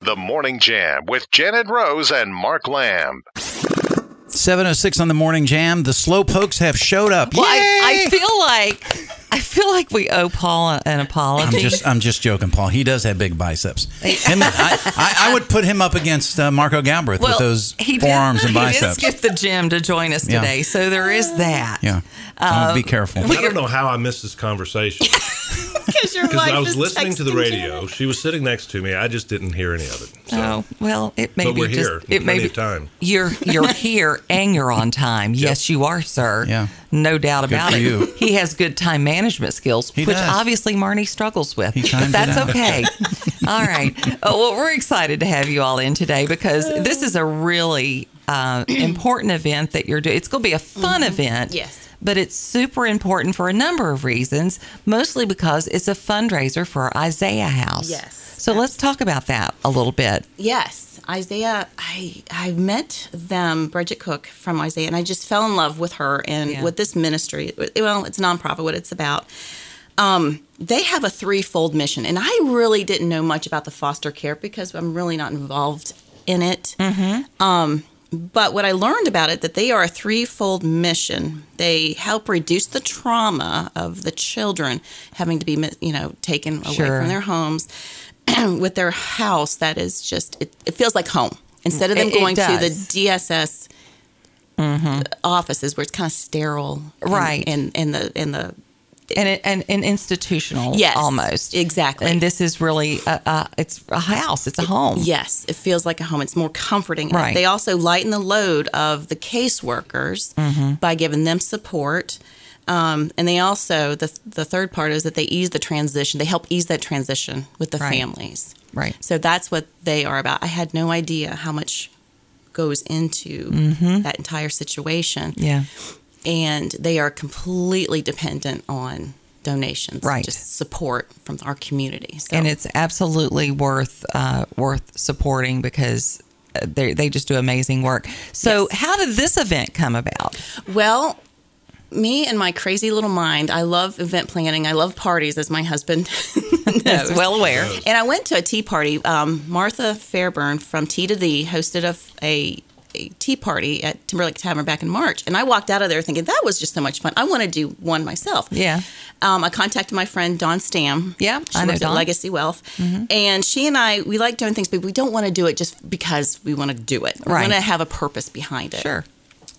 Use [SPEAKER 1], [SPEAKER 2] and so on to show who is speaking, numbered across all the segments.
[SPEAKER 1] The Morning Jam with Janet Rose and Mark Lamb.
[SPEAKER 2] 706 on the morning jam. The slow pokes have showed up.
[SPEAKER 3] Well, I,
[SPEAKER 2] Yay!
[SPEAKER 3] I feel like I feel like we owe Paul an
[SPEAKER 2] I'm
[SPEAKER 3] apology.
[SPEAKER 2] just I'm just joking, Paul. He does have big biceps. Him, I, I, I would put him up against uh, Marco Galbraith with those
[SPEAKER 3] he did-
[SPEAKER 2] forearms and
[SPEAKER 3] he
[SPEAKER 2] biceps.
[SPEAKER 3] Did skip the gym to join us
[SPEAKER 2] Yeah.
[SPEAKER 3] today, so there is that.
[SPEAKER 2] yeah, Oh,
[SPEAKER 3] Uh,
[SPEAKER 2] be careful.
[SPEAKER 4] I don't know how I missed this conversation
[SPEAKER 3] because your
[SPEAKER 4] because
[SPEAKER 3] wife
[SPEAKER 4] I was
[SPEAKER 3] is
[SPEAKER 4] listening to the
[SPEAKER 3] texting
[SPEAKER 4] radio. She was sitting next to me. I just didn't hear any of it.
[SPEAKER 3] you.
[SPEAKER 4] So.
[SPEAKER 3] Oh well, it may
[SPEAKER 4] But
[SPEAKER 3] be
[SPEAKER 4] we're
[SPEAKER 3] just
[SPEAKER 4] here.
[SPEAKER 3] it may
[SPEAKER 4] Plenty
[SPEAKER 3] be
[SPEAKER 4] of time.
[SPEAKER 3] You're you're here and you're on time. Yes, you are, sir.
[SPEAKER 2] Yeah.
[SPEAKER 3] no doubt about
[SPEAKER 2] for
[SPEAKER 3] it.
[SPEAKER 2] you.
[SPEAKER 3] He has good time management skills,
[SPEAKER 2] He
[SPEAKER 3] which
[SPEAKER 2] does.
[SPEAKER 3] obviously Marnie struggles with.
[SPEAKER 2] timed
[SPEAKER 3] But
[SPEAKER 2] it
[SPEAKER 3] that's
[SPEAKER 2] out.
[SPEAKER 3] okay. all right. Uh, well, we're excited to have you all in today because this is a really uh, important event that you're doing. It's going to be a fun
[SPEAKER 2] Mm-hmm.
[SPEAKER 3] event.
[SPEAKER 5] Yes.
[SPEAKER 3] But it's super important for a number of reasons, mostly because it's a fundraiser for Isaiah House.
[SPEAKER 5] Yes.
[SPEAKER 3] So let's talk about that a little bit.
[SPEAKER 5] Yes, Isaiah. I I met them, Bridget Cook from Isaiah, and I just fell in love with her and
[SPEAKER 3] Yeah.
[SPEAKER 5] with this ministry. Well, it's a nonprofit. What it's about. Um, they have a threefold mission, and I really didn't know much about the foster care because I'm really not involved in it.
[SPEAKER 3] Mm-hmm.
[SPEAKER 5] Um, but what I learned about it that they are a threefold mission. They help reduce the trauma of the children having to be, mi- you know, taken away
[SPEAKER 3] Sure.
[SPEAKER 5] from their homes with their house that is just it, it feels like home instead of them
[SPEAKER 3] It- it
[SPEAKER 5] going to the
[SPEAKER 3] does. Mm-hmm.
[SPEAKER 5] DSS offices where it's kind of sterile, and-
[SPEAKER 3] Right.
[SPEAKER 5] And and the and the
[SPEAKER 3] and it, and, and institutional
[SPEAKER 5] Yes,
[SPEAKER 3] almost
[SPEAKER 5] exactly.
[SPEAKER 3] and this is really a, a, it's a house it's a home
[SPEAKER 5] Yes, it feels like a home. It's more comforting.
[SPEAKER 3] Right.
[SPEAKER 5] They also lighten the load of the caseworkers
[SPEAKER 3] Mm-hmm.
[SPEAKER 5] by giving them support. Um, and they also the the third part is that they ease the transition. They help ease that transition with the
[SPEAKER 3] Right.
[SPEAKER 5] families.
[SPEAKER 3] right
[SPEAKER 5] So that's what they are about. I had no idea how much goes into that entire situation.
[SPEAKER 3] Mm-hmm. yeah
[SPEAKER 5] And they are completely dependent on donations,
[SPEAKER 3] Right.
[SPEAKER 5] Just support from our community. So
[SPEAKER 3] and it's absolutely worth uh, worth supporting because uh, they they just do amazing work so how did this event come about
[SPEAKER 5] Well, me and my crazy little mind, I love event planning. I love parties, as my husband knows.
[SPEAKER 3] well aware
[SPEAKER 5] and I went to a tea party. Um, Martha Fairburn from Tea to Thee hosted a, a, a tea party at Timberlake Tavern back in March. And I walked out of there thinking, that was just so much fun. I want to do one myself.
[SPEAKER 3] Yeah.
[SPEAKER 5] Um, I contacted my friend Dawn Stam.
[SPEAKER 3] Yeah,
[SPEAKER 5] She
[SPEAKER 3] I know
[SPEAKER 5] works
[SPEAKER 3] Dawn. Mm-hmm.
[SPEAKER 5] at Legacy Wealth. And she and I, we like doing things, but we don't want to do it just because we want to do it. We
[SPEAKER 3] Right.
[SPEAKER 5] want to have a purpose behind it.
[SPEAKER 3] sure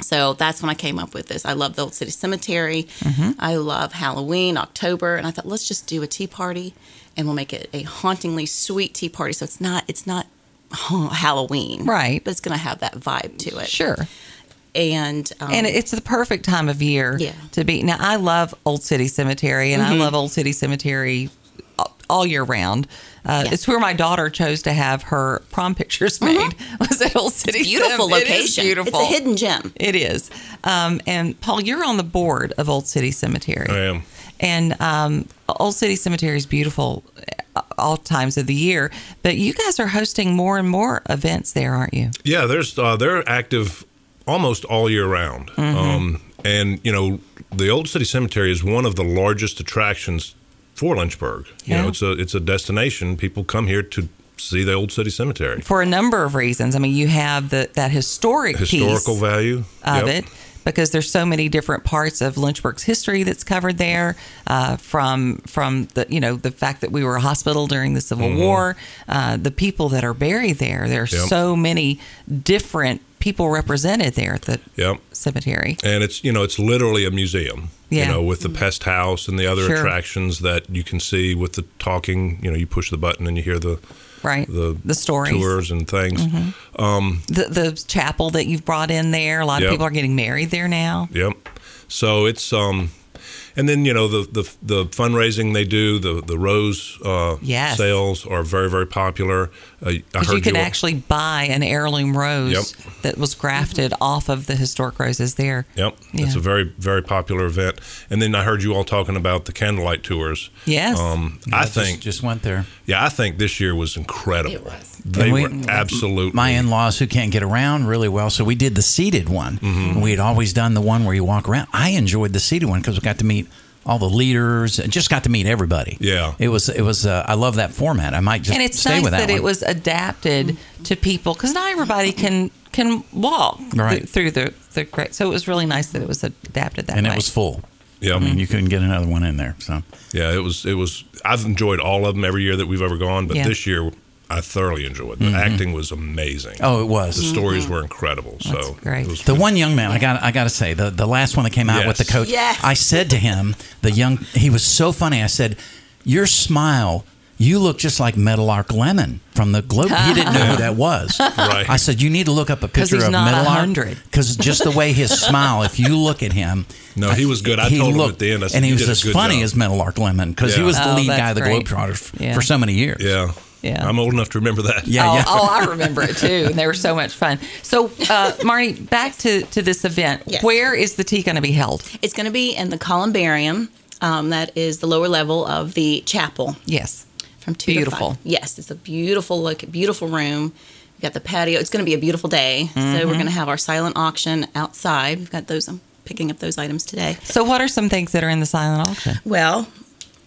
[SPEAKER 5] So that's when I came up with this. I love the Old City Cemetery.
[SPEAKER 3] Mm-hmm.
[SPEAKER 5] I love Halloween, October, and I thought let's just do a tea party, and we'll make it a hauntingly sweet tea party. So it's not it's not ha- Halloween,
[SPEAKER 3] Right.
[SPEAKER 5] But it's going to have that vibe to it.
[SPEAKER 3] sure
[SPEAKER 5] And um,
[SPEAKER 3] and it's the perfect time of year
[SPEAKER 5] Yeah. Mm-hmm.
[SPEAKER 3] to be. Now, I love Old City Cemetery, and I love Old City Cemetery all- all year round. Uh,
[SPEAKER 5] Yeah. Mm-hmm.
[SPEAKER 3] It's where my daughter chose to have her prom pictures made. Was at Old City.
[SPEAKER 5] beautiful
[SPEAKER 3] Cem- It is
[SPEAKER 5] location.
[SPEAKER 3] beautiful.
[SPEAKER 5] It's a hidden gem.
[SPEAKER 3] It is. Um, and Paul, you're on the board of Old City Cemetery.
[SPEAKER 4] I am.
[SPEAKER 3] And um, Old City Cemetery is beautiful uh, all times of the year, but you guys are hosting more and more events there, aren't you?
[SPEAKER 4] Yeah, there's uh, they're active almost all year round,
[SPEAKER 3] Mm-hmm.
[SPEAKER 4] um, and you know the Old City Cemetery is one of the largest attractions for Lynchburg. You
[SPEAKER 3] Yeah.
[SPEAKER 4] know, it's a it's a destination. People come here to see the Old City Cemetery.
[SPEAKER 3] for a number of reasons. I mean, you have the that historic
[SPEAKER 4] Historical
[SPEAKER 3] piece
[SPEAKER 4] value
[SPEAKER 3] of
[SPEAKER 4] Yep.
[SPEAKER 3] it because there's so many different parts of Lynchburg's history that's covered there. Uh, from from the you know the fact that we were a hospital during the Civil War, uh, the people that are buried there. There are
[SPEAKER 4] Mm-hmm. Yep.
[SPEAKER 3] so many different people represented there at the
[SPEAKER 4] Yep.
[SPEAKER 3] cemetery.
[SPEAKER 4] and it's you know it's literally a museum
[SPEAKER 3] Yeah. Mm-hmm.
[SPEAKER 4] you know with the pest house and the other
[SPEAKER 3] Sure.
[SPEAKER 4] attractions that you can see with the talking you know you push the button and you hear the
[SPEAKER 3] Right, Mm-hmm.
[SPEAKER 4] the,
[SPEAKER 3] the stories,
[SPEAKER 4] tours and things
[SPEAKER 3] the the chapel that you've brought in there. A lot of
[SPEAKER 4] Yep.
[SPEAKER 3] people are getting married there now.
[SPEAKER 4] yep so it's um and then you know the the, the fundraising they do the the rose uh
[SPEAKER 3] Yes.
[SPEAKER 4] sales are very very popular uh, i
[SPEAKER 3] Because
[SPEAKER 4] heard
[SPEAKER 3] you can
[SPEAKER 4] were-
[SPEAKER 3] actually buy an heirloom rose
[SPEAKER 4] Yep.
[SPEAKER 3] that was grafted off of the historic roses there.
[SPEAKER 4] Yep,
[SPEAKER 3] Yeah.
[SPEAKER 4] it's a very very popular event. And then I heard you all talking about the candlelight tours.
[SPEAKER 3] Yes.
[SPEAKER 4] Um, I
[SPEAKER 2] just-
[SPEAKER 4] think
[SPEAKER 2] just went there.
[SPEAKER 4] Yeah, I think this year was incredible.
[SPEAKER 5] It was.
[SPEAKER 4] They
[SPEAKER 2] And we-
[SPEAKER 4] were absolutely.
[SPEAKER 2] my in-laws who can't get around really well so we
[SPEAKER 4] Mm-hmm.
[SPEAKER 2] did the seated one we had always done the one where you walk around i enjoyed the seated one because we got to meet all the leaders. Just got to meet everybody.
[SPEAKER 4] Yeah.
[SPEAKER 2] it was it was. Uh, I love that format. I might just
[SPEAKER 3] and it's
[SPEAKER 2] stay
[SPEAKER 3] nice
[SPEAKER 2] with that,
[SPEAKER 3] that, it
[SPEAKER 2] one.
[SPEAKER 3] was adapted to people because not everybody can can walk th-
[SPEAKER 2] Right.
[SPEAKER 3] through the the great. So it was really nice that it was adapted that
[SPEAKER 2] and
[SPEAKER 3] way.
[SPEAKER 2] it was full.
[SPEAKER 4] Yeah,
[SPEAKER 2] I mean, you couldn't get another one in there. So
[SPEAKER 4] yeah. It was it was. I've enjoyed all of them every year that we've ever gone, but
[SPEAKER 3] Yeah.
[SPEAKER 4] this year I thoroughly enjoyed. The acting was amazing.
[SPEAKER 2] Mm-hmm. oh, it was.
[SPEAKER 4] the stories were incredible. so
[SPEAKER 3] great.
[SPEAKER 4] it was-
[SPEAKER 2] The one young man, I got, I got to say, the, the last one that came out with the
[SPEAKER 4] Mm-hmm. Yes.
[SPEAKER 2] coach,
[SPEAKER 5] Yes.
[SPEAKER 2] I said to him, the young, he was so funny. I said, "Your smile, you look just like Metalark Lemon from the Globe." He didn't know who that was.
[SPEAKER 4] Right.
[SPEAKER 2] I said, "You need to look up a
[SPEAKER 3] 'Cause
[SPEAKER 2] picture
[SPEAKER 3] he's
[SPEAKER 2] of
[SPEAKER 3] not
[SPEAKER 2] Metalark
[SPEAKER 3] 100.
[SPEAKER 2] because just the way his smile, if you look at him,
[SPEAKER 4] No, he was good. I told him at the end, I said,
[SPEAKER 2] and he
[SPEAKER 4] "You
[SPEAKER 2] was
[SPEAKER 4] did a
[SPEAKER 2] as
[SPEAKER 4] good
[SPEAKER 2] funny
[SPEAKER 4] job."
[SPEAKER 2] as Metalark Lemon because he
[SPEAKER 4] Yeah.
[SPEAKER 2] was the
[SPEAKER 3] Oh,
[SPEAKER 2] lead
[SPEAKER 3] that's
[SPEAKER 2] guy of the
[SPEAKER 3] great.
[SPEAKER 2] Globetrotters f-
[SPEAKER 3] Yeah.
[SPEAKER 2] for so many years.
[SPEAKER 4] yeah,
[SPEAKER 3] Yeah.
[SPEAKER 4] I'm old enough to remember that.
[SPEAKER 2] yeah,
[SPEAKER 3] oh,
[SPEAKER 2] yeah.
[SPEAKER 3] oh, I remember it too. And they were so much fun. So, uh, Marnie, back to, to this event.
[SPEAKER 5] Yes.
[SPEAKER 3] Where is the tea going to be held?
[SPEAKER 5] It's going to be in the columbarium. Um, that is the lower level of the chapel.
[SPEAKER 3] Yes.
[SPEAKER 5] from two
[SPEAKER 3] Beautiful.
[SPEAKER 5] To five. Yes, it's a beautiful look, beautiful room. We've got the patio. It's going to be a beautiful day. So we're going to have our silent auction outside. We've got those. I'm picking up those items today.
[SPEAKER 3] So, what are some things that are in the silent auction?
[SPEAKER 5] Well,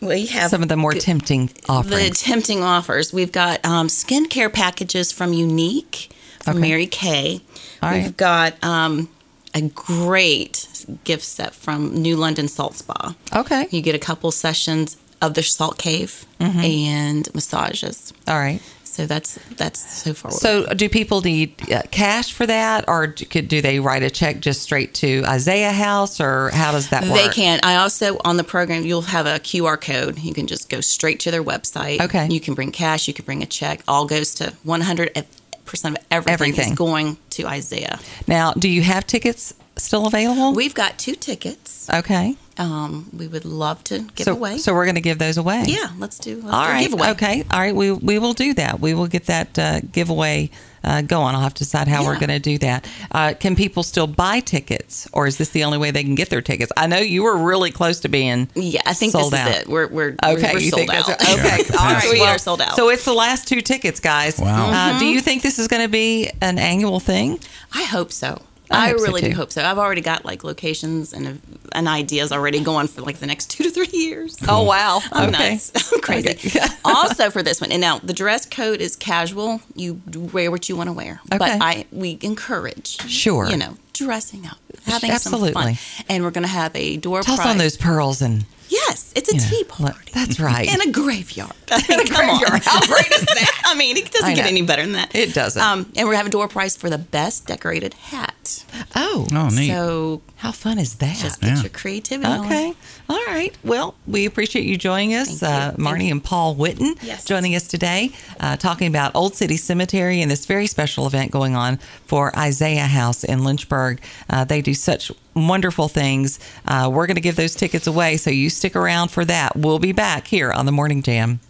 [SPEAKER 5] we have
[SPEAKER 3] Some of the more tempting
[SPEAKER 5] the
[SPEAKER 3] offerings.
[SPEAKER 5] tempting offers. We've got um, skincare packages from Unique, from
[SPEAKER 3] Okay.
[SPEAKER 5] Mary Kay.
[SPEAKER 3] All
[SPEAKER 5] We've
[SPEAKER 3] right.
[SPEAKER 5] got um, a great gift set from New London Salt Spa.
[SPEAKER 3] okay.
[SPEAKER 5] You get a couple sessions of the salt cave and massages.
[SPEAKER 3] All right.
[SPEAKER 5] So that's that's so far.
[SPEAKER 3] So, do people need uh, cash for that, or do, could, do they write a check just straight to Isaiah House, or how does that work?
[SPEAKER 5] They can. I also on the program you'll have a QR code. You can just go straight to their website.
[SPEAKER 3] Okay.
[SPEAKER 5] You can bring cash. You can bring a check. All goes to one hundred e, percent of everything,
[SPEAKER 3] Everything.
[SPEAKER 5] is going to Isaiah.
[SPEAKER 3] Now, do you have tickets still available?
[SPEAKER 5] We've got two tickets.
[SPEAKER 3] okay.
[SPEAKER 5] Um, we would love to give
[SPEAKER 3] so,
[SPEAKER 5] away.
[SPEAKER 3] so we're going to give those away.
[SPEAKER 5] yeah, let's do. Let's
[SPEAKER 3] All
[SPEAKER 5] do a
[SPEAKER 3] right.
[SPEAKER 5] Giveaway.
[SPEAKER 3] Okay. All right. We we will do that. We will get that uh, giveaway uh, going. I'll have to decide how we're
[SPEAKER 5] Yeah.
[SPEAKER 3] going to do that. Uh, can people still buy tickets, or is this the only way they can get their tickets? I know you were really close to being
[SPEAKER 5] Yeah, I think
[SPEAKER 3] sold
[SPEAKER 5] this
[SPEAKER 3] out.
[SPEAKER 5] is it. We're we're
[SPEAKER 3] Okay,
[SPEAKER 5] we're, we're
[SPEAKER 3] you
[SPEAKER 5] sold
[SPEAKER 3] think that's
[SPEAKER 5] out.
[SPEAKER 3] right. Okay,
[SPEAKER 2] Yeah,
[SPEAKER 3] all right,
[SPEAKER 2] capacity.
[SPEAKER 5] we
[SPEAKER 3] well,
[SPEAKER 5] are sold out.
[SPEAKER 3] So it's the last two tickets, guys.
[SPEAKER 2] Wow.
[SPEAKER 3] Uh,
[SPEAKER 5] Mm-hmm.
[SPEAKER 3] do you think this is going to be an annual thing?
[SPEAKER 5] I hope so.
[SPEAKER 3] I
[SPEAKER 5] I,
[SPEAKER 3] hope so,
[SPEAKER 5] really
[SPEAKER 3] too.
[SPEAKER 5] do hope so. I've already got like locations and and ideas already going for like the next two to three years.
[SPEAKER 3] Oh wow!
[SPEAKER 5] I'm
[SPEAKER 3] okay.
[SPEAKER 5] nuts. I'm crazy.
[SPEAKER 3] Okay.
[SPEAKER 5] also for this one, and now the dress code is casual. You wear what you want to wear, but
[SPEAKER 3] Okay.
[SPEAKER 5] I we encourage,
[SPEAKER 3] Sure.
[SPEAKER 5] you know, dressing up, having
[SPEAKER 3] Absolutely.
[SPEAKER 5] some fun, and we're gonna have a door
[SPEAKER 3] Toss
[SPEAKER 5] prize.
[SPEAKER 3] on those pearls and
[SPEAKER 5] Yes, it's a
[SPEAKER 3] you know,
[SPEAKER 5] tea
[SPEAKER 3] look,
[SPEAKER 5] party.
[SPEAKER 3] That's right.
[SPEAKER 5] in a graveyard. in a graveyard. How great is that? I mean, it
[SPEAKER 3] I
[SPEAKER 5] doesn't get
[SPEAKER 3] know.
[SPEAKER 5] any better than that.
[SPEAKER 3] It doesn't.
[SPEAKER 5] Um, and we're having a door prize for the best decorated hat.
[SPEAKER 3] oh,
[SPEAKER 2] Oh, neat.
[SPEAKER 5] So
[SPEAKER 3] how fun is that?
[SPEAKER 5] just
[SPEAKER 2] Yeah.
[SPEAKER 5] get your creativity. on.
[SPEAKER 3] Okay. All right. Well, we appreciate you joining us,
[SPEAKER 5] Thank you.
[SPEAKER 3] Uh,
[SPEAKER 5] Thank
[SPEAKER 3] Marnie
[SPEAKER 5] you.
[SPEAKER 3] and Paul Witten,
[SPEAKER 5] Yes.
[SPEAKER 3] joining us today, uh, talking about Old City Cemetery and this very special event going on for Isaiah House in Lynchburg. Uh, they do such wonderful things. Uh, we're going to give those tickets away, so you stick around for that. We'll be back here on the Morning Jam.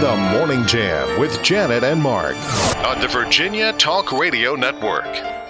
[SPEAKER 1] The Morning Jam with Janet and Mark on the Virginia Talk Radio Network.